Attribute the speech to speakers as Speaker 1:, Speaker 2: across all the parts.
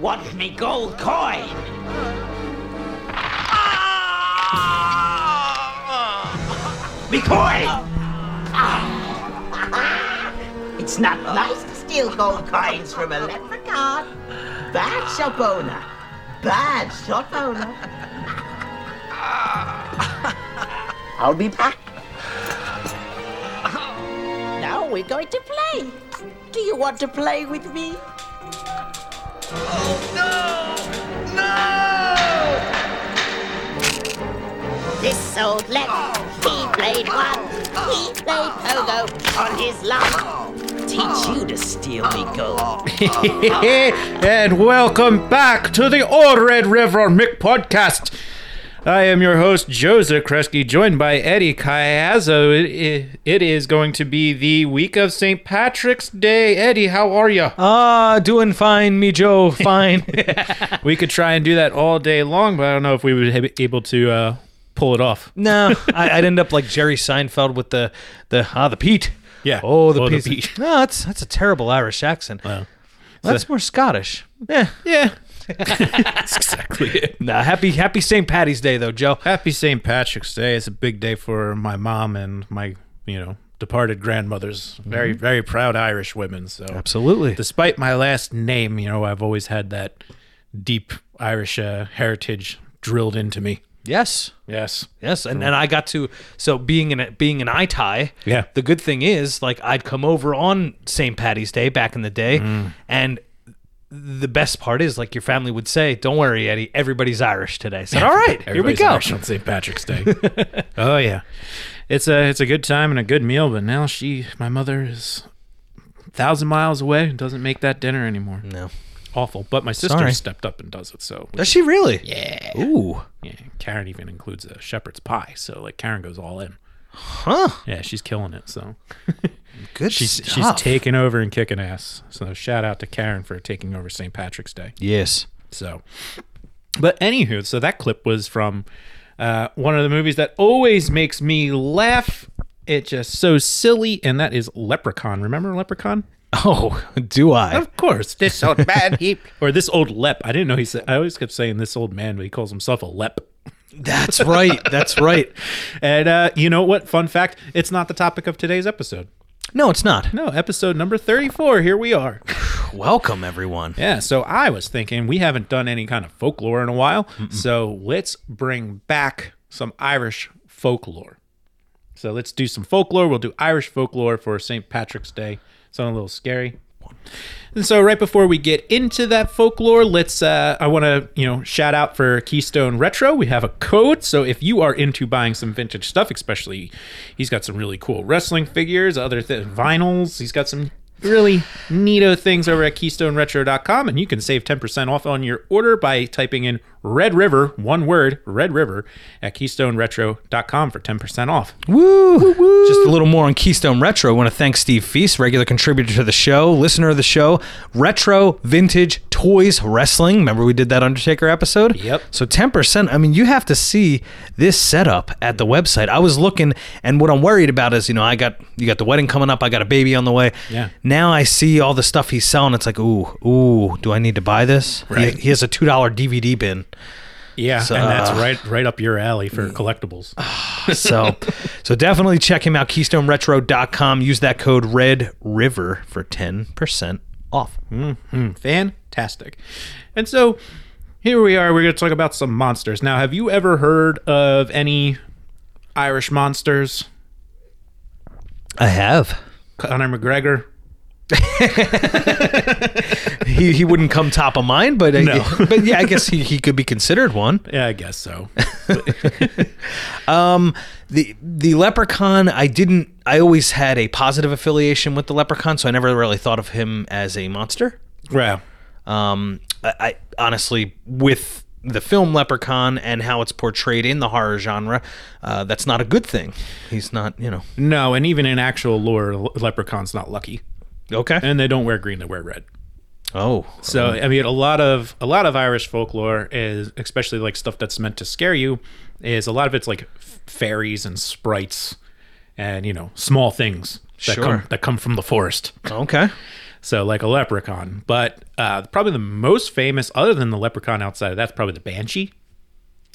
Speaker 1: What's me gold coin? Ah! Me coin! Ah! It's not nice to steal gold coins from a leprechaun. Bad shop owner. Bad shop owner. I'll be back. Now we're going to play. Do you want to play with me? This old lep, he played one. He played pogo on his luck. Teach you to steal me gold.
Speaker 2: and welcome back to the Old Red River Mick podcast. I am your host, Joseph Kresge, joined by Eddie Caiazzo. It, i it is going to be the week of St. Patrick's Day. Eddie, how are you?
Speaker 3: Ah, doing fine, me Joe, fine.
Speaker 2: we could try and do that all day long, but I don't know if we would be able to uh, pull it off.
Speaker 3: no, I, I'd end up like Jerry Seinfeld with the the ah the Pete.
Speaker 2: Yeah.
Speaker 3: Oh, the,
Speaker 2: Oh, the
Speaker 3: Pete.
Speaker 2: Pete.
Speaker 3: No, that's that's a terrible Irish accent. That's more Scottish. Yeah.
Speaker 2: Yeah. That's exactly it.
Speaker 3: Nah, happy Happy St. Patty's Day though, Joe.
Speaker 2: Happy St. Patrick's Day. It's a big day for my mom and my, you know, departed grandmothers. Very, very proud Irish women. So,
Speaker 3: Mm-hmm. Absolutely.
Speaker 2: despite my last name, you know, I've always had that deep Irish uh, heritage drilled into me.
Speaker 3: yes.
Speaker 2: Yes.
Speaker 3: Yes, and, and I got to so being an being an eye tie.
Speaker 2: Yeah.
Speaker 3: The good thing is, like, I'd come over on St. Patty's Day back in the day, and the best part is, like, your family would say, "Don't worry, Eddie, everybody's Irish today." I said, "All right, here we
Speaker 2: Everybody's
Speaker 3: go."
Speaker 2: Irish on St. Patrick's Day. oh yeah, it's a it's a good time and a good meal. But now she, my mother, is a thousand miles away and doesn't make that dinner anymore.
Speaker 3: No.
Speaker 2: Awful. But my sister
Speaker 3: Mm. Sorry.
Speaker 2: stepped up and does it. So
Speaker 3: Does she really? Yeah. Ooh.
Speaker 2: Yeah, Karen even includes a shepherd's pie, so like Karen goes all in.
Speaker 3: Huh.
Speaker 2: Yeah, she's killing it. So
Speaker 3: Good
Speaker 2: she's
Speaker 3: stuff.
Speaker 2: she's taking over and kicking ass. So shout out to Karen for taking over St. Patrick's Day.
Speaker 3: Yes.
Speaker 2: So, but anywho, so that clip was from uh, one of the movies that always makes me laugh. It's just so silly, and that is Leprechaun. Remember Leprechaun?
Speaker 3: Oh, do I?
Speaker 2: Of course, this old man he or this old lep. I didn't know he said. I always kept saying this old man, but he calls himself a lep.
Speaker 3: That's right. That's right.
Speaker 2: And uh, you know what? Fun fact: it's not the topic of today's episode.
Speaker 3: No, it's not.
Speaker 2: No, episode number thirty-four. Here we are.
Speaker 3: Welcome everyone.
Speaker 2: Yeah, so I was thinking we haven't done any kind of folklore in a while, so let's bring back some Irish folklore. So let's do some folklore. We'll do Irish folklore for St. Patrick's Day. Sound a little scary. And so right before we get into that folklore, let's uh I want to, you know, shout out for Keystone Retro. We have a code, so if you are into buying some vintage stuff, especially he's got some really cool wrestling figures, other th- vinyls, he's got some really neato things over at keystoneretro.com and you can save 10% off on your order by typing in Red River, one word, Red River at keystoneretro.com for 10% off.
Speaker 3: Woo! Just a little more on Keystone Retro. I want to thank Steve Feast, regular contributor to the show, listener of the show, Retro Vintage Toys Wrestling. Remember we did that Undertaker episode?
Speaker 2: Yep.
Speaker 3: So 10%, I mean, you have to see this setup at the website. I was looking and what I'm worried about is, you know, I got you got the wedding coming up, I got a baby on the way.
Speaker 2: Yeah.
Speaker 3: Now I see all the stuff he's selling. It's like, ooh, ooh, do I need to buy this? He-
Speaker 2: Right.
Speaker 3: He, has a two dollar DVD bin.
Speaker 2: Yeah,
Speaker 3: So-
Speaker 2: and that's right right up your alley for collectibles.
Speaker 3: So, so definitely check him out. KeystoneRetro.com. Use that code Red River for ten percent off.
Speaker 2: Fantastic. And so here we are. We're going to talk about some monsters. Now, have you ever heard of any Irish monsters?
Speaker 3: I have.
Speaker 2: Conor McGregor?
Speaker 3: He, he wouldn't come top of mind, but I-
Speaker 2: No.
Speaker 3: but yeah, I guess he, he could be considered one.
Speaker 2: Yeah, I guess so.
Speaker 3: The the leprechaun, I didn't. I always had a positive affiliation with the leprechaun, so I never really thought of him as a monster.
Speaker 2: wow.
Speaker 3: Um, I, I honestly, with the film Leprechaun and how it's portrayed in the horror genre, uh, that's not a good thing. He's not, you know.
Speaker 2: No, and even in actual lore, le- leprechaun's not lucky.
Speaker 3: Okay.
Speaker 2: And they don't wear green, they wear red.
Speaker 3: Oh,
Speaker 2: So I mean, a lot of a lot of Irish folklore is, especially like stuff that's meant to scare you, is a lot of it's like f- fairies and sprites, and you know, small things that
Speaker 3: Sure.
Speaker 2: come that come from the forest.
Speaker 3: okay.
Speaker 2: So like a leprechaun, but uh, probably the most famous, other than the leprechaun outside of that's probably the banshee.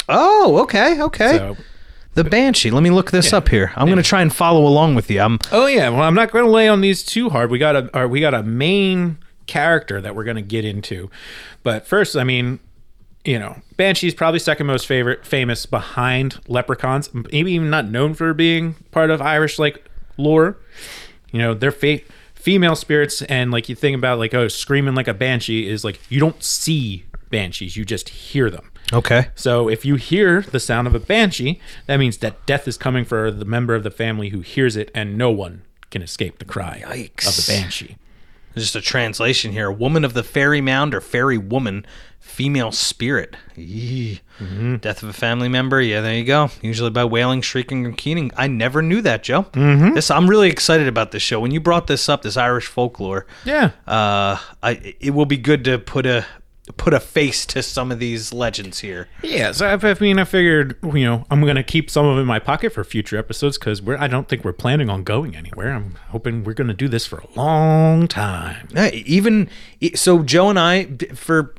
Speaker 3: Oh, okay, okay.
Speaker 2: So
Speaker 3: the banshee. Let me look this up here. I'm going to try and follow along with you. Um, I'm
Speaker 2: Oh yeah, well I'm not going to lay on these too hard. We got a or we got a main character that we're going to get into, but first, I mean, you know, Banshee's probably second most favorite, famous behind Leprechauns. Maybe even not known for being part of Irish like lore. You know, they're fa- female spirits, and like you think about like oh, screaming like a banshee is like you don't see banshees, you just hear them.
Speaker 3: okay.
Speaker 2: So if you hear the sound of a banshee, that means that death is coming for the member of the family who hears it, and no one can escape the cry of the
Speaker 3: Yikes.
Speaker 2: banshee.
Speaker 3: Just a translation here. Woman of the fairy mound or fairy woman, female spirit. Yee. Death of a family member. Yeah, there you go. Usually by wailing, shrieking, or keening. I never knew that, Joe. Mm-hmm. This I'm really excited about this show. When you brought this up, this Irish folklore.
Speaker 2: Yeah.
Speaker 3: Uh, I it will be good to put a put a face to some of these legends here.
Speaker 2: Yeah. So I, I mean, I figured, you know, I'm going to keep some of it in my pocket for future episodes because we're, I don't think we're planning on going anywhere. I'm hoping we're going to do this for a long time.
Speaker 3: Yeah, even so, Joe and I b- for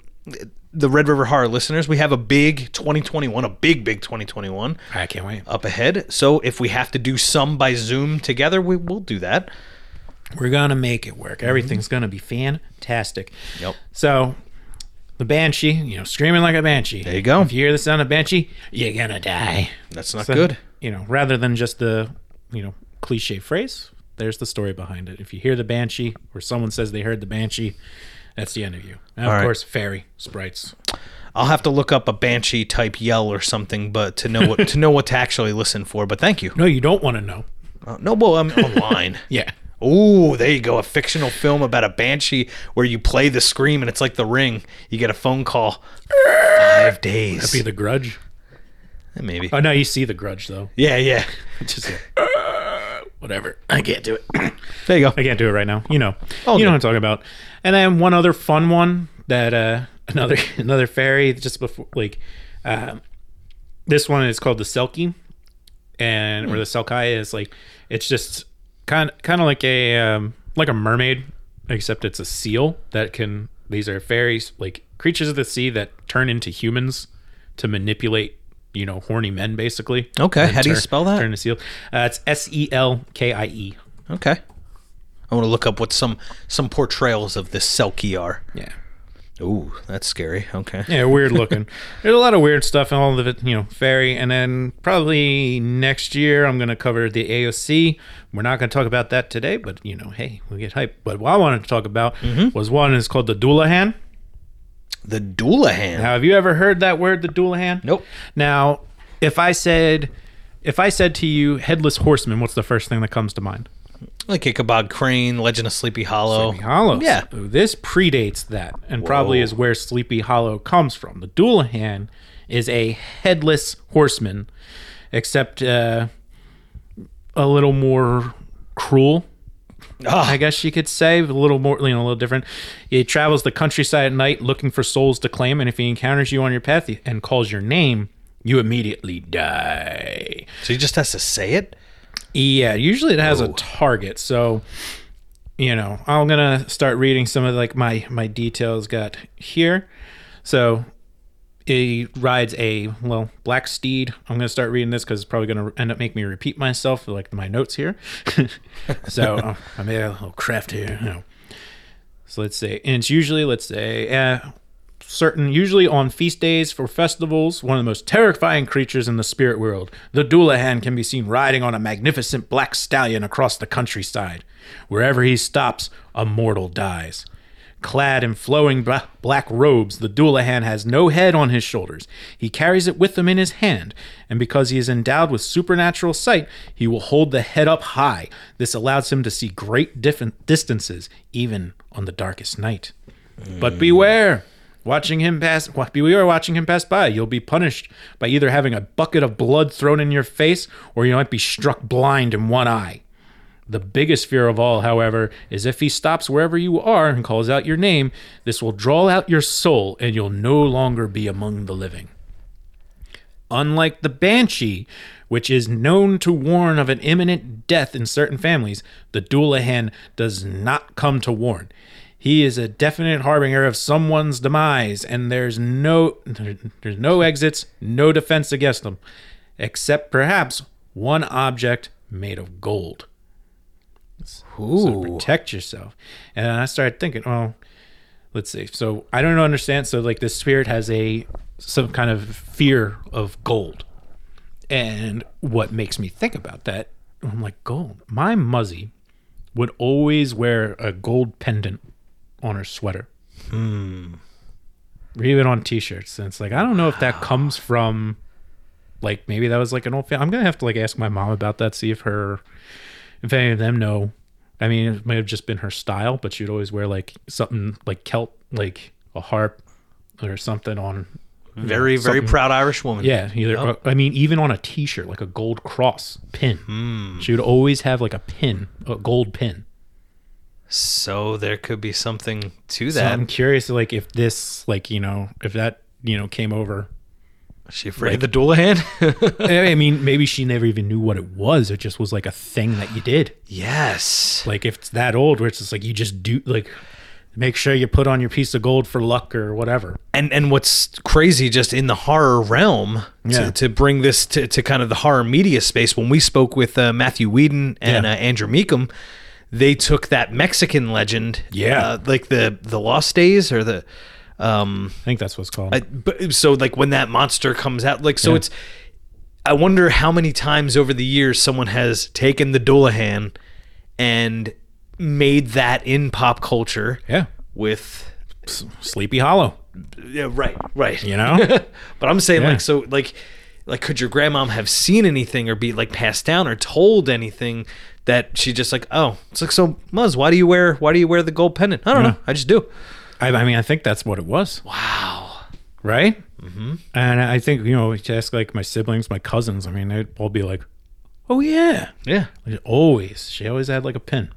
Speaker 3: the Red River Horror listeners, we have a big 2021, a big big 2021
Speaker 2: I can't wait.
Speaker 3: up ahead. So if we have to do some by Zoom together, we will do that.
Speaker 2: We're going to make it work. Everything's going to be fantastic.
Speaker 3: Yep.
Speaker 2: So the banshee, you know, screaming like a banshee. There
Speaker 3: you go.
Speaker 2: If you hear the sound of banshee, you're going to die.
Speaker 3: That's not
Speaker 2: So,
Speaker 3: good.
Speaker 2: You know, rather than just the, you know, cliche phrase, there's the story behind it. If you hear the banshee or someone says they heard the banshee, that's the end of you. And of
Speaker 3: All right.
Speaker 2: course, fairy, sprites.
Speaker 3: I'll have to look up a banshee type yell or something, but to know what to know what to actually listen for. But thank you.
Speaker 2: No, you don't want to know.
Speaker 3: Uh, no, well, I'm online.
Speaker 2: Yeah.
Speaker 3: Oh, there you go. A fictional film about a banshee where you play the scream and it's like the ring. You get a phone call. Five days. Eh,
Speaker 2: Be the grudge.
Speaker 3: Maybe.
Speaker 2: Oh, no, you see the grudge, though.
Speaker 3: Yeah, yeah.
Speaker 2: Just like, "Uh, whatever. I can't do it.
Speaker 3: There you go.
Speaker 2: I can't do it right now. You know.
Speaker 3: Oh,
Speaker 2: you know
Speaker 3: no.
Speaker 2: what I'm talking about. And then one other fun one that uh another another fairy just before like uh, this one is called the Selkie and or the Selkai is like it's just kind kind of like a um, like a mermaid except it's a seal that can these are fairies like creatures of the sea that turn into humans to manipulate you know horny men basically
Speaker 3: Okay,
Speaker 2: And
Speaker 3: how do you
Speaker 2: turn-
Speaker 3: spell that?
Speaker 2: turn to seal uh, it's s-e-l-k-i-e
Speaker 3: Okay. I want to look up what some some portrayals of this Selkie are.
Speaker 2: yeah
Speaker 3: Ooh, that's scary. Okay.
Speaker 2: Yeah, weird looking. There's a lot of weird stuff in all of it, you know, fairy. And then probably next year, I'm going to cover the AOC. We're not going to talk about that today, but, you know, hey, we get hype. But what I wanted to talk about was one is called the Doulahan.
Speaker 3: The Doulahan.
Speaker 2: Now, have you ever heard that word, the Doulahan?
Speaker 3: Nope.
Speaker 2: Now, if I said, if I said to you, headless horseman, what's the first thing that comes to mind?
Speaker 3: Like Ichabod Crane, Legend of Sleepy Hollow.
Speaker 2: Sleepy Hollow.
Speaker 3: Oh, Yeah.
Speaker 2: So This predates that and probably is where Sleepy Hollow comes from. The Doulahan is a headless horseman, except uh, a little more cruel.
Speaker 3: Ah,
Speaker 2: I guess you could say a little more, you know, a little different. He travels the countryside at night looking for souls to claim, and if he encounters you on your path and calls your name, you immediately die.
Speaker 3: So he just has to say it?
Speaker 2: Yeah, usually it has a target. So, you know, I'm gonna start reading some of like my my details got here. So, he rides a well black steed. I'm gonna start reading this because it's probably gonna end up making me repeat myself like my notes here. so uh, I made a little craft here. You know. So let's say, and it's usually let's say. Uh, certain usually on feast days for festivals one of the most terrifying creatures in the spirit world the doulahan can be seen riding on a magnificent black stallion across the countryside wherever he stops a mortal dies clad in flowing bla- black robes the doulahan has no head on his shoulders he carries it with him in his hand and because he is endowed with supernatural sight he will hold the head up high this allows him to see great different distances even on the darkest night but beware watching him pass wa- beware watching him pass by you'll be punished by either having a bucket of blood thrown in your face or you might be struck blind in one eye the biggest fear of all however is if he stops wherever you are and calls out your name this will draw out your soul and you'll no longer be among the living Unlike the banshee, which is known to warn of an imminent death in certain families, the doulahan does not come to warn. He is a definite harbinger of someone's demise, and there's no there- there's no exits, no defense against them, except perhaps one object made of gold. So to
Speaker 3: Ooh.
Speaker 2: protect yourself. And I started thinking, well, let's see. So I don't understand. So like the spirit has a some kind of fear of gold. And what makes me think about that, I'm like, gold. My muzzy would always wear a gold pendant on her sweater. Hmm. Or even on t-shirts. And it's like, I don't know if that comes from like maybe that was like an old family. I'm gonna have to like ask my mom about that, see if her if any of them know. I mean, it may have just been her style, but she'd always wear like something like kelp, like a harp or something on.
Speaker 3: Very, very proud Irish woman.
Speaker 2: Yeah, either. I mean, even on a T-shirt, like a gold cross pin.
Speaker 3: Hmm.
Speaker 2: She would always have like a pin, a gold pin.
Speaker 3: So there could be something to
Speaker 2: So
Speaker 3: that.
Speaker 2: I'm curious, like if this, like you know, if that, you know, came over.
Speaker 3: Is she afraid of the dual hand?
Speaker 2: I I mean, maybe she never even knew what it was. It just was like a thing that you did.
Speaker 3: yes.
Speaker 2: Like if it's that old, where it's just like you just do like. Make sure you put on your piece of gold for luck or whatever.
Speaker 3: And and what's crazy just in the horror realm
Speaker 2: Yeah.
Speaker 3: to, to bring this to, to kind of the horror media space when we spoke with uh, Matthew Whedon and
Speaker 2: Yeah.
Speaker 3: uh, Andrew Meekum they took that Mexican legend
Speaker 2: Yeah.
Speaker 3: uh, like the the lost days or the um
Speaker 2: I think that's what's called.
Speaker 3: I- but so like when that monster comes out like so it's i wonder how many times over the years someone has taken the doulahan and made that in pop culture
Speaker 2: yeah.
Speaker 3: with
Speaker 2: Sleepy Hollow.
Speaker 3: yeah right right
Speaker 2: You know?
Speaker 3: but i'm saying
Speaker 2: Yeah.
Speaker 3: like so like like could your grandmom have seen anything or be like passed down or told anything that she just like oh it's like so muzz why do you wear why do you wear the gold pendant i don't know i just do
Speaker 2: I, I mean, I think that's what it was,
Speaker 3: wow
Speaker 2: right? Mm-hmm. And I think, you know, if you ask like my siblings, my cousins, I mean, they'd all be like, oh, yeah.
Speaker 3: yeah
Speaker 2: Like, always. She always had like a pin.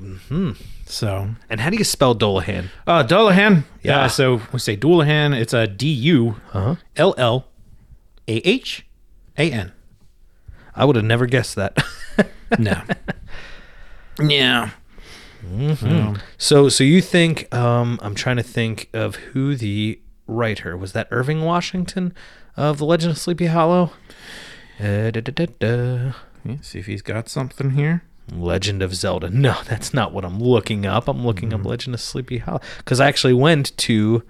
Speaker 2: Mm-hmm. So,
Speaker 3: and how do you spell doulahan
Speaker 2: uh, Dullahan.
Speaker 3: Yeah.
Speaker 2: Uh, so we say Dullahan. It's a D U L L A H A N.
Speaker 3: i would have never guessed that
Speaker 2: No. yeah.
Speaker 3: So, so you think? Um, I'm trying to think of who the writer was. That Irving Washington of the Legend of Sleepy Hollow. Uh, da, da, da, da.
Speaker 2: Let's see if he's got something here.
Speaker 3: Legend of Zelda. No, that's not what I'm looking up. I'm looking up Legend of Sleepy Hollow because I actually went to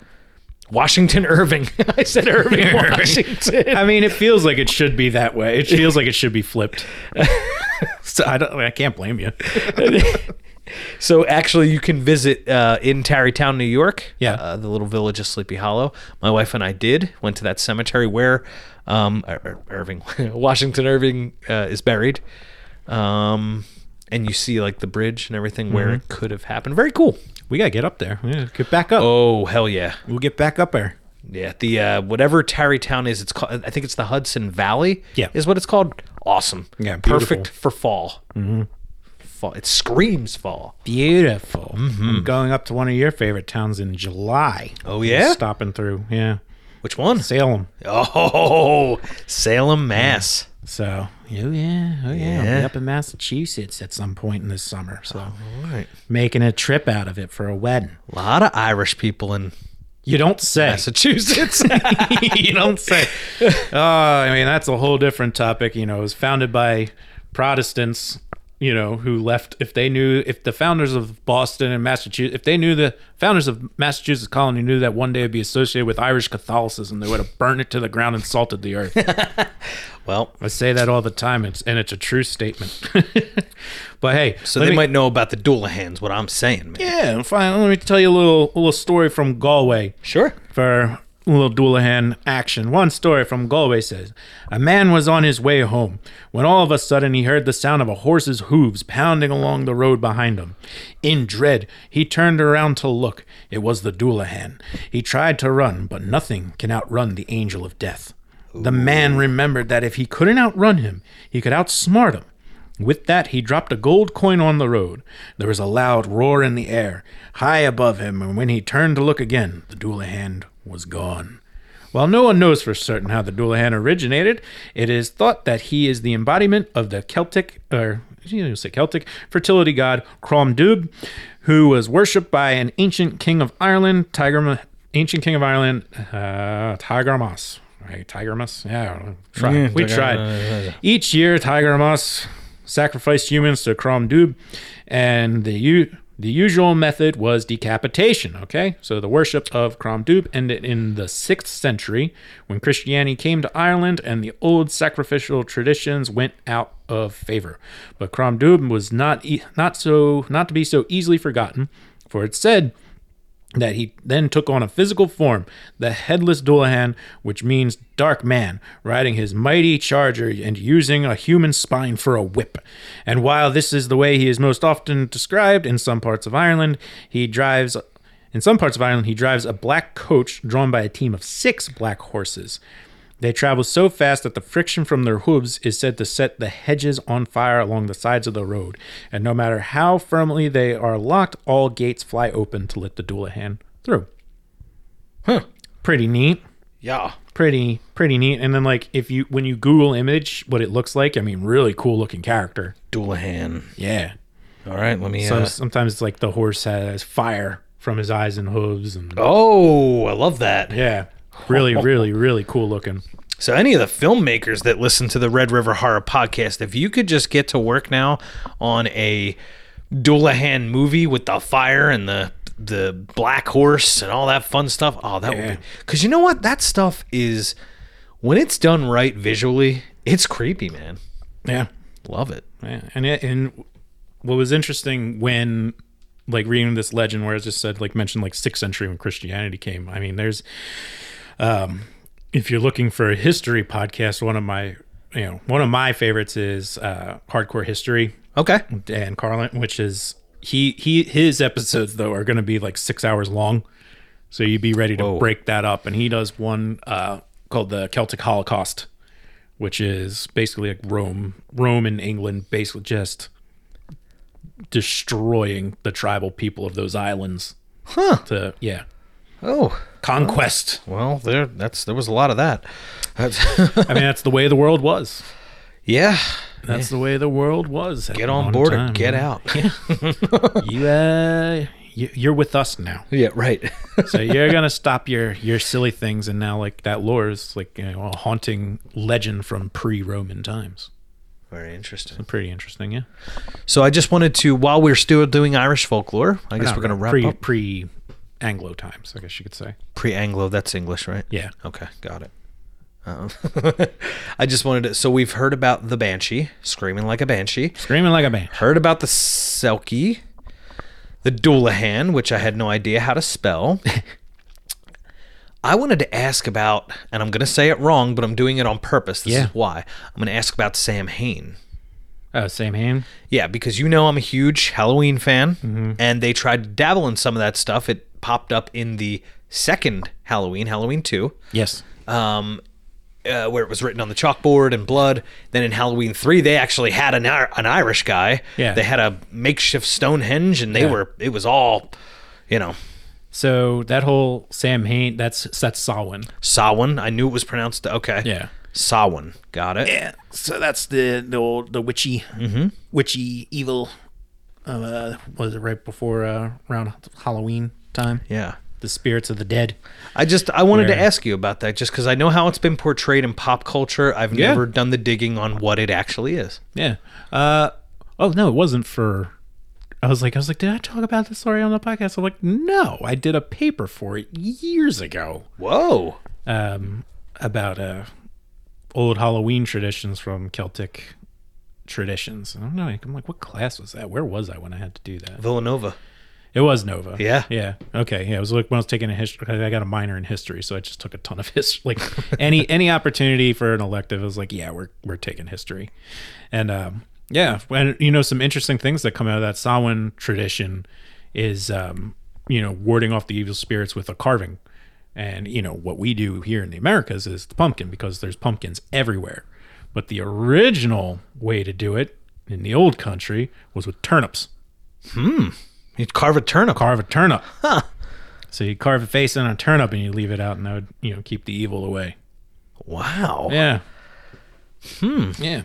Speaker 3: Washington Irving. I said Irving Washington.
Speaker 2: I mean, it feels like it should be that way. It feels like it should be flipped. so I don't. I can't blame you.
Speaker 3: So actually, you can visit uh, in Tarrytown, New York.
Speaker 2: Yeah.
Speaker 3: uh, the little village of Sleepy Hollow. My wife and I did went to that cemetery where um, Ir- Ir- Irving, Washington Irving, uh, is buried. Um, and you see like the bridge and everything where it could have happened. Very cool.
Speaker 2: We gotta get up there. Yeah, get back up.
Speaker 3: Oh hell yeah,
Speaker 2: We'll get back up there.
Speaker 3: yeah. The uh, whatever Tarrytown is, it's called. I think it's the Hudson Valley.
Speaker 2: Yeah.
Speaker 3: is what it's called. Awesome.
Speaker 2: Yeah,
Speaker 3: perfect
Speaker 2: beautiful.
Speaker 3: for fall. Mm-hmm. Fall. It screams fall.
Speaker 2: Beautiful. Mm-hmm. I'm going up to one of your favorite towns in July.
Speaker 3: Oh, yeah?
Speaker 2: stopping through. Yeah,
Speaker 3: Which one?
Speaker 2: Salem.
Speaker 3: Oh, Salem, Mass.
Speaker 2: So oh yeah, oh yeah. I'll
Speaker 3: Yeah.
Speaker 2: be up in Massachusetts at some point in this summer. So
Speaker 3: All right.
Speaker 2: making a trip out of it for a wedding.
Speaker 3: A lot of Irish people in
Speaker 2: You don't say.
Speaker 3: Massachusetts.
Speaker 2: you don't say. Uh, I mean, that's a whole different topic. You know, it was founded by Protestants. You know, who left if they knew if the founders of Boston and Massachusetts, if they knew the founders of Massachusetts colony knew that one day it'd be associated with Irish Catholicism, they would have burned it to the ground and salted the earth.
Speaker 3: well,
Speaker 2: I say that all the time, it's, and it's a true statement. but hey,
Speaker 3: so
Speaker 2: let
Speaker 3: they
Speaker 2: me-
Speaker 3: might know about the Doulahans, what I'm saying, man.
Speaker 2: yeah, fine. Let me tell you a little little story from Galway.
Speaker 3: Sure.
Speaker 2: for a little Doulahan action. One story from Galway says A man was on his way home when all of a sudden he heard the sound of a horse's hooves pounding along the road behind him. In dread, he turned around to look. It was the Doulahan. He tried to run, but nothing can outrun the angel of death. The man remembered that if he couldn't outrun him, he could outsmart him. With that, he dropped a gold coin on the road. There was a loud roar in the air, high above him, and when he turned to look again, the Doulahan was gone. While no one knows for certain how the Doulahan originated, it is thought that he is the embodiment of the Celtic, or you know, say Celtic fertility god Cromdub, who was worshipped by an ancient king of Ireland, Tigerma, ancient king of Ireland, uh, Tigermas. Right, Tigermas. Yeah, I don't know. Try.
Speaker 3: Yeah,
Speaker 2: we
Speaker 3: Tiger-
Speaker 2: tried. Each year, Tigermas sacrificed humans to Cromdub, and the u- the usual method was decapitation. Okay, so the worship of Cromdub ended in the sixth century when Christianity came to Ireland, and the old sacrificial traditions went out of favor. But Cromdub was not e- not so not to be so easily forgotten, for it said that he then took on a physical form, the headless Doulahan, which means dark man, riding his mighty charger and using a human spine for a whip. And while this is the way he is most often described in some parts of Ireland, he drives in some parts of Ireland he drives a black coach drawn by a team of 6 black horses. They travel so fast that the friction from their hooves is said to set the hedges on fire along the sides of the road, and no matter how firmly they are locked, all gates fly open to let the Doulahan through.
Speaker 3: Huh.
Speaker 2: Pretty neat.
Speaker 3: Yeah.
Speaker 2: Pretty, pretty neat. And then, like, if you, when you Google image what it looks like, I mean, really cool looking character.
Speaker 3: Doulahan.
Speaker 2: Yeah.
Speaker 3: All right, let me.
Speaker 2: So
Speaker 3: Uh,
Speaker 2: sometimes it's like the horse has fire from his eyes and hooves. And
Speaker 3: oh, I love that.
Speaker 2: yeah. Really, really, really cool looking.
Speaker 3: So, any of the filmmakers that listen to the Red River Horror podcast, if you could just get to work now on a Doulahan movie with the fire and the the black horse and all that fun stuff, oh, that would be. Because you know what? That stuff is, when it's done right visually, it's creepy, man.
Speaker 2: Yeah.
Speaker 3: Love it.
Speaker 2: Yeah, and it, and what was interesting when like reading this legend where it just said like mentioned like sixth century when Christianity came. I mean, there's um if you're looking for a history podcast, one of my you know one of my favorites is uh hardcore history
Speaker 3: Okay.
Speaker 2: Dan Carlin, which is he he his episodes though are going to be like six hours long, so you'd be ready to
Speaker 3: Whoa.
Speaker 2: break that up. And he does one uh, called the Celtic Holocaust, which is basically like Rome, Rome and England, basically just destroying the tribal people of those islands.
Speaker 3: Huh.
Speaker 2: To yeah,
Speaker 3: Oh,
Speaker 2: conquest.
Speaker 3: well, there. That's there was a lot of that. That's,
Speaker 2: I mean, that's the way the world was.
Speaker 3: yeah.
Speaker 2: That's the way the world was. at
Speaker 3: Get
Speaker 2: one
Speaker 3: on board or
Speaker 2: time.
Speaker 3: get out.
Speaker 2: You, uh, you, you're with us now.
Speaker 3: yeah. Right.
Speaker 2: so you're gonna stop your your silly things and now like that lore is like you know, a haunting legend from pre-roman times
Speaker 3: Very interesting.
Speaker 2: pretty interesting yeah
Speaker 3: So I just wanted to, while we're still doing Irish folklore, I guess we're going to wrap
Speaker 2: pre,
Speaker 3: up
Speaker 2: pre anglo times i guess you could say
Speaker 3: pre-Anglo. That's English, right?
Speaker 2: yeah
Speaker 3: Okay, got it. Um, I just wanted to. So we've heard about the banshee screaming like a banshee.
Speaker 2: screaming like a man
Speaker 3: Heard about the selkie, the doulahan, which I had no idea how to spell. I wanted to ask about, and I'm going to say it wrong, but I'm doing it on purpose. This
Speaker 2: Yeah.
Speaker 3: is why I'm going to ask about Sam Hain.
Speaker 2: oh same hand
Speaker 3: Yeah, because you know I'm a huge Halloween fan,
Speaker 2: Mm-hmm.
Speaker 3: and they tried to dabble in some of that stuff. It popped up in the second Halloween, Halloween 2,
Speaker 2: yes
Speaker 3: um, uh, where it was written on the chalkboard and blood. Then in Halloween 3, they actually had an, Ir- an Irish guy.
Speaker 2: Yeah.
Speaker 3: They had a makeshift Stonehenge, and they
Speaker 2: Yeah.
Speaker 3: were, it was all, you know,
Speaker 2: so that whole sam hain that's that's Samhain.
Speaker 3: Samhain. I knew it was pronounced, okay.
Speaker 2: Yeah.
Speaker 3: Samhain. Got it.
Speaker 2: yeah so that's the the old the witchy
Speaker 3: Mm-hmm.
Speaker 2: witchy evil uh was it right before uh around halloween time
Speaker 3: Yeah.
Speaker 2: the spirits of the dead
Speaker 3: I just I wanted to
Speaker 2: Where-
Speaker 3: ask you about that just because I know how it's been portrayed in pop culture. I've
Speaker 2: Yeah.
Speaker 3: never done the digging on what it actually is.
Speaker 2: Yeah. Uh, oh no, it wasn't for. I was like, I was like, did I talk about this story on the podcast? I'm like, no, I did a paper for it years ago
Speaker 3: Whoa.
Speaker 2: um, about uh, old Halloween traditions from Celtic traditions. I don't know. I'm like, what class was that? Where was I when I had to do that?
Speaker 3: Villanova.
Speaker 2: It was Nova.
Speaker 3: Yeah.
Speaker 2: Yeah. Okay. Yeah. It was like when I was taking a history. I got a minor in history, so I just took a ton of history. Like any any opportunity for an elective, I was like, yeah, we're we're taking history, and um, yeah, when you know some interesting things that come out of that Samhain tradition is um, you know warding off the evil spirits with a carving, and you know what we do here in the Americas is the pumpkin because there's pumpkins everywhere, but the original way to do it in the old country was with turnips
Speaker 3: You'd carve a turnip.
Speaker 2: carve a turnip. So you carve a face in a turnip and you leave it out, and that would you know keep the evil away.
Speaker 3: Wow.
Speaker 2: Yeah. Hmm. Yeah.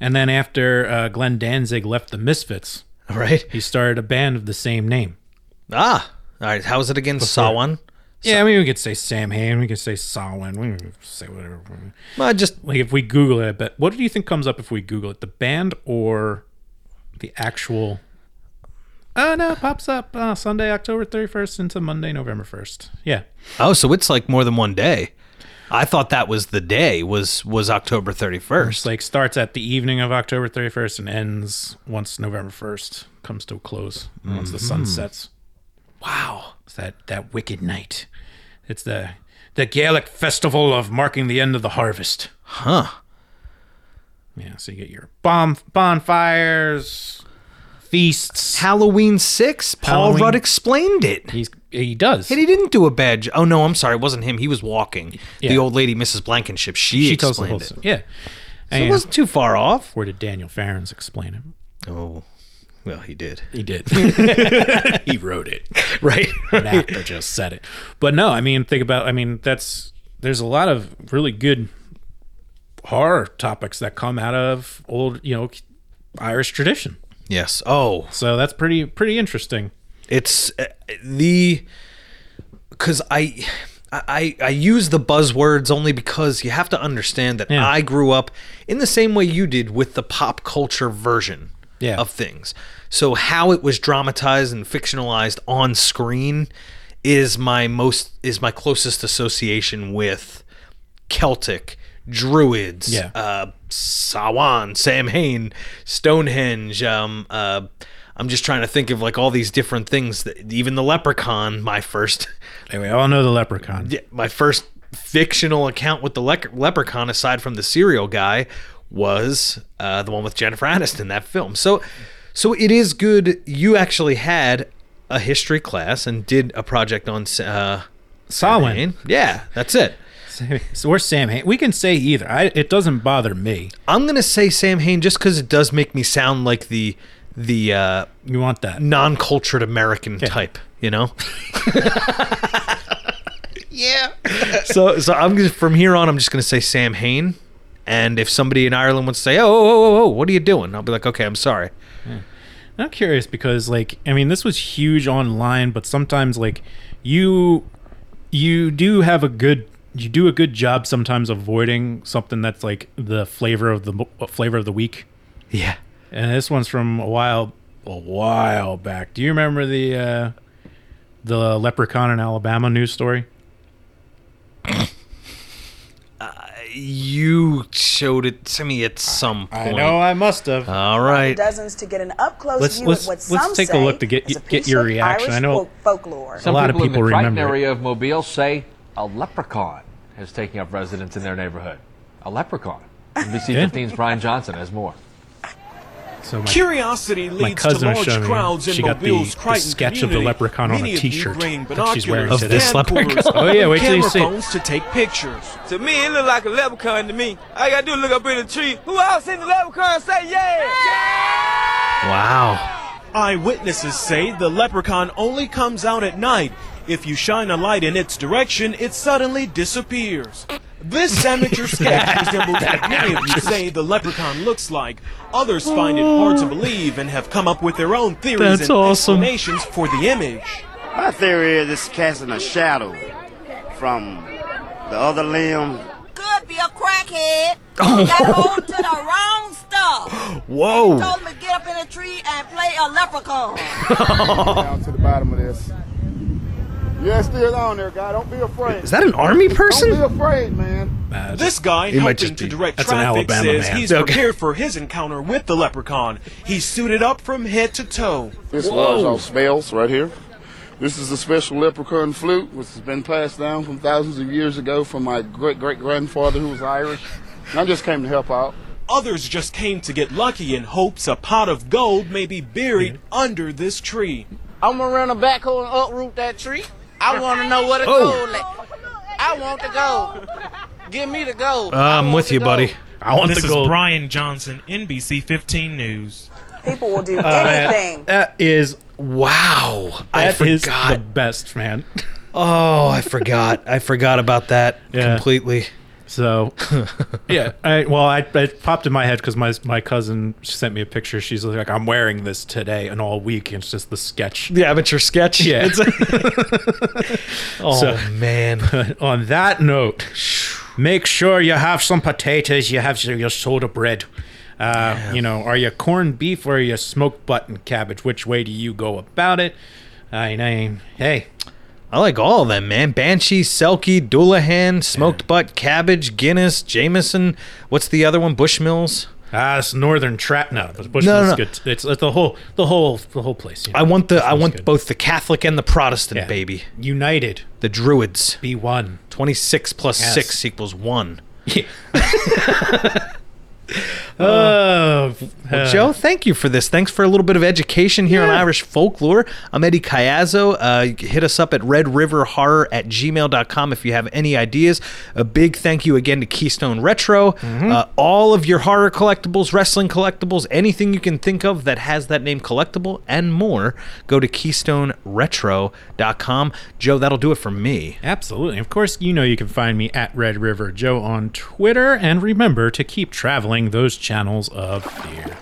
Speaker 2: And then after uh, Glenn Danzig left the Misfits,
Speaker 3: Right.
Speaker 2: he started a band of the same name.
Speaker 3: Ah. All right. How is it again? Sawan.
Speaker 2: Yeah, I mean we could say Sam Hain, we could say Solin, we could say whatever.
Speaker 3: Well, just
Speaker 2: Like if we Google it, but what do you think comes up if we Google it? The band or the actual? Oh no, it pops up uh, Sunday, October thirty first, into Monday, November first. Yeah.
Speaker 3: oh, so it's like more than one day. I thought that was the day was was October thirty
Speaker 2: It's
Speaker 3: first.
Speaker 2: like starts at the evening of October 31st and ends once November 1st comes to a close once the
Speaker 3: Mm-hmm.
Speaker 2: sun sets. Wow, it's that that wicked night. It's the the Gaelic festival of marking the end of the harvest.
Speaker 3: Huh.
Speaker 2: Yeah, so you get your bomb bonfires, feasts.
Speaker 3: Halloween six. Paul
Speaker 2: Halloween-
Speaker 3: Rudd explained it.
Speaker 2: He's he does.
Speaker 3: And he didn't do a bad jo- Oh no, I'm sorry. It wasn't him. He was walking.
Speaker 2: Yeah.
Speaker 3: The old lady, Mrs. Blankenship. She,
Speaker 2: she
Speaker 3: explained
Speaker 2: tells the whole
Speaker 3: it.
Speaker 2: story. Yeah.
Speaker 3: So it
Speaker 2: And
Speaker 3: wasn't too far off.
Speaker 2: where did Daniel Farrens explain it?
Speaker 3: Oh, well, he did.
Speaker 2: He did. he wrote it.
Speaker 3: Right.
Speaker 2: an actor just said it. But no, I mean, think about. I mean, that's there's a lot of really good horror topics that come out of old, you know, Irish tradition.
Speaker 3: yes. Oh,
Speaker 2: So that's pretty pretty interesting.
Speaker 3: it's uh, the because I. I, I use the buzzwords only because you have to understand that
Speaker 2: Yeah.
Speaker 3: I grew up in the same way you did with the pop culture version
Speaker 2: Yeah.
Speaker 3: of things. So how it was dramatized and fictionalized on screen is my most is my closest association with Celtic druids,
Speaker 2: Yeah.
Speaker 3: uh, Sawan, Samhain, Stonehenge. Um, uh, I'm just trying to think of like all these different things. That, even the Leprechaun, my first,
Speaker 2: Anyway, we all know the leprechaun.
Speaker 3: yeah, my first fictional account with the lec- Leprechaun, aside from the serial guy, was uh, the one with Jennifer Aniston that film. So, so it is good. You actually had a history class and did a project on S- uh,
Speaker 2: Samhain.
Speaker 3: Samhain. Yeah, that's it.
Speaker 2: So we're Sam Hain. We can say either. I, it doesn't bother me.
Speaker 3: I'm gonna say Sam Hain just because it does make me sound like the the uh,
Speaker 2: You want that?
Speaker 3: non-cultured American type, you know. yeah. so so I'm just from here on I'm just gonna say Sam Hain, and if somebody in Ireland would say, oh, oh, oh, oh, what are you doing? I'll be like, okay, I'm sorry.
Speaker 2: I'm curious because like I mean this was huge online, but sometimes like you you do have a good you do a good job sometimes avoiding something that's like the flavor of the mo- uh, flavor of the week.
Speaker 3: Yeah.
Speaker 2: And this one's from a while a while back. Do you remember the uh the leprechaun in Alabama news story?
Speaker 3: You showed it to me at some point.
Speaker 2: I must have.
Speaker 3: All right.
Speaker 4: dozens to get an up close
Speaker 2: Let's-
Speaker 4: view
Speaker 2: let's-
Speaker 4: of what
Speaker 2: let's
Speaker 4: some
Speaker 2: take a
Speaker 4: say
Speaker 2: look to get-
Speaker 4: is a
Speaker 2: get
Speaker 4: piece
Speaker 2: your
Speaker 4: of
Speaker 2: reaction.
Speaker 4: Irish
Speaker 2: I know-
Speaker 4: folk- folklore.
Speaker 2: A lot of people
Speaker 5: in the Triton
Speaker 2: remember it.
Speaker 5: area of Mobile say a leprechaun is taking up residence in their neighborhood. A leprechaun. NBC
Speaker 2: Yeah.
Speaker 5: 15's Brian Johnson has more.
Speaker 2: So my,
Speaker 6: Curiosity
Speaker 2: my
Speaker 6: leads to
Speaker 2: cousin was
Speaker 6: large
Speaker 2: showing me.
Speaker 6: crowds in
Speaker 2: She got the,
Speaker 6: Mobile's
Speaker 2: the
Speaker 6: Crichton
Speaker 2: sketch of the
Speaker 6: community.
Speaker 2: leprechaun on
Speaker 6: Many
Speaker 2: a
Speaker 6: of you
Speaker 2: T-shirt
Speaker 6: bring
Speaker 2: that she's wearing
Speaker 6: binoculars,
Speaker 3: Of this
Speaker 2: today.
Speaker 6: camcorders,
Speaker 3: leprechaun.
Speaker 2: Oh, yeah, wait till you
Speaker 6: camera
Speaker 2: see it.
Speaker 6: phones to take pictures.
Speaker 7: To me, it look like a leprechaun to me. I gotta do look up in the tree. Who else seen the leprechaun say yeah?
Speaker 3: Wow.
Speaker 6: Eyewitnesses say the leprechaun only comes out at night. If you shine a light in its direction, it suddenly disappears. This amateur sketch resembles what many of you say the leprechaun looks like. Others find it hard to
Speaker 2: Oh.
Speaker 6: believe and have come up with their own theories
Speaker 3: That's
Speaker 6: and
Speaker 3: awesome.
Speaker 6: explanations for the image.
Speaker 8: My theory is it's casting a shadow from the other limb.
Speaker 9: could be a crackhead. Got hold to the wrong stuff.
Speaker 3: Whoa.
Speaker 9: Told him to get up in a tree and play a leprechaun.
Speaker 10: down to the bottom of this. Yeah, it's still on there, guy. Don't be afraid.
Speaker 3: Is that an army
Speaker 10: Don't be
Speaker 3: person?
Speaker 10: afraid, man.
Speaker 6: This guy
Speaker 3: He might
Speaker 6: helping
Speaker 3: just
Speaker 6: to
Speaker 3: be-
Speaker 6: direct
Speaker 2: that's an
Speaker 6: traffic
Speaker 2: Alabama
Speaker 6: says
Speaker 2: man.
Speaker 6: he's
Speaker 3: Okay.
Speaker 6: prepared for his encounter with the leprechaun. He's suited up from head to toe.
Speaker 10: This large off spells right here. This is a special leprechaun flute, which has been passed down from thousands of years ago from my great great grandfather who was Irish. And I just came to help out.
Speaker 6: Others just came to get lucky in hopes a pot of gold may be buried under this tree.
Speaker 11: I'm gonna run a backhoe and uproot that tree. I want to know where the
Speaker 3: Oh.
Speaker 11: gold at. I want the gold. Give me the gold. I
Speaker 3: Uh, I'm
Speaker 11: want
Speaker 3: with
Speaker 11: the
Speaker 3: you,
Speaker 11: gold.
Speaker 3: buddy.
Speaker 2: I want the gold.
Speaker 6: Brian Johnson, NBC 15 News.
Speaker 4: People will do
Speaker 2: Uh,
Speaker 4: anything.
Speaker 2: that is
Speaker 3: Wow. I
Speaker 2: That is
Speaker 3: forgot.
Speaker 2: the best, man.
Speaker 3: Oh, I forgot. I forgot about that completely.
Speaker 2: So, yeah. I, well, I, it popped in my head because my my cousin sent me a picture. She's like, "I'm wearing this today and all week." And it's just the sketch.
Speaker 3: The amateur sketch.
Speaker 2: Yeah.
Speaker 3: It's oh man.
Speaker 2: on that note, make sure you have some potatoes. You have your, your soda bread. Uh, You know, are you corned beef or your smoked button cabbage? Which way do you go about it? I name. Hey,
Speaker 3: I like all of them, man. Banshee, Selkie, Doulahan, Smoked Butt, Cabbage, Guinness, Jameson. What's the other one? Bushmills.
Speaker 2: Ah, it's Northern Trap. No, but Bushmills
Speaker 3: no, no.
Speaker 2: good. It's, it's the whole, the whole, the whole place. you know.
Speaker 3: I want the I want both the Catholic and the Protestant, baby.
Speaker 2: United.
Speaker 3: The Druids.
Speaker 2: Be one.
Speaker 3: Twenty six
Speaker 2: Yes.
Speaker 3: six equals one.
Speaker 2: Oh,
Speaker 3: Well,
Speaker 2: uh,
Speaker 3: Joe, thank you for this. Thanks for a little bit of education here on Irish folklore. I'm Eddie Cayazzo. Uh, you can hit us up at redriverhorror at gmail.com if you have any ideas. A big thank you again to Keystone Retro. Uh, all of your horror collectibles, wrestling collectibles, anything you can think of that has that name collectible and more, go to keystoneretro.com. Joe, that'll do it for me.
Speaker 2: Absolutely. Of course, you know you can find me at Red River Joe on Twitter, and remember to keep traveling those channels of fear.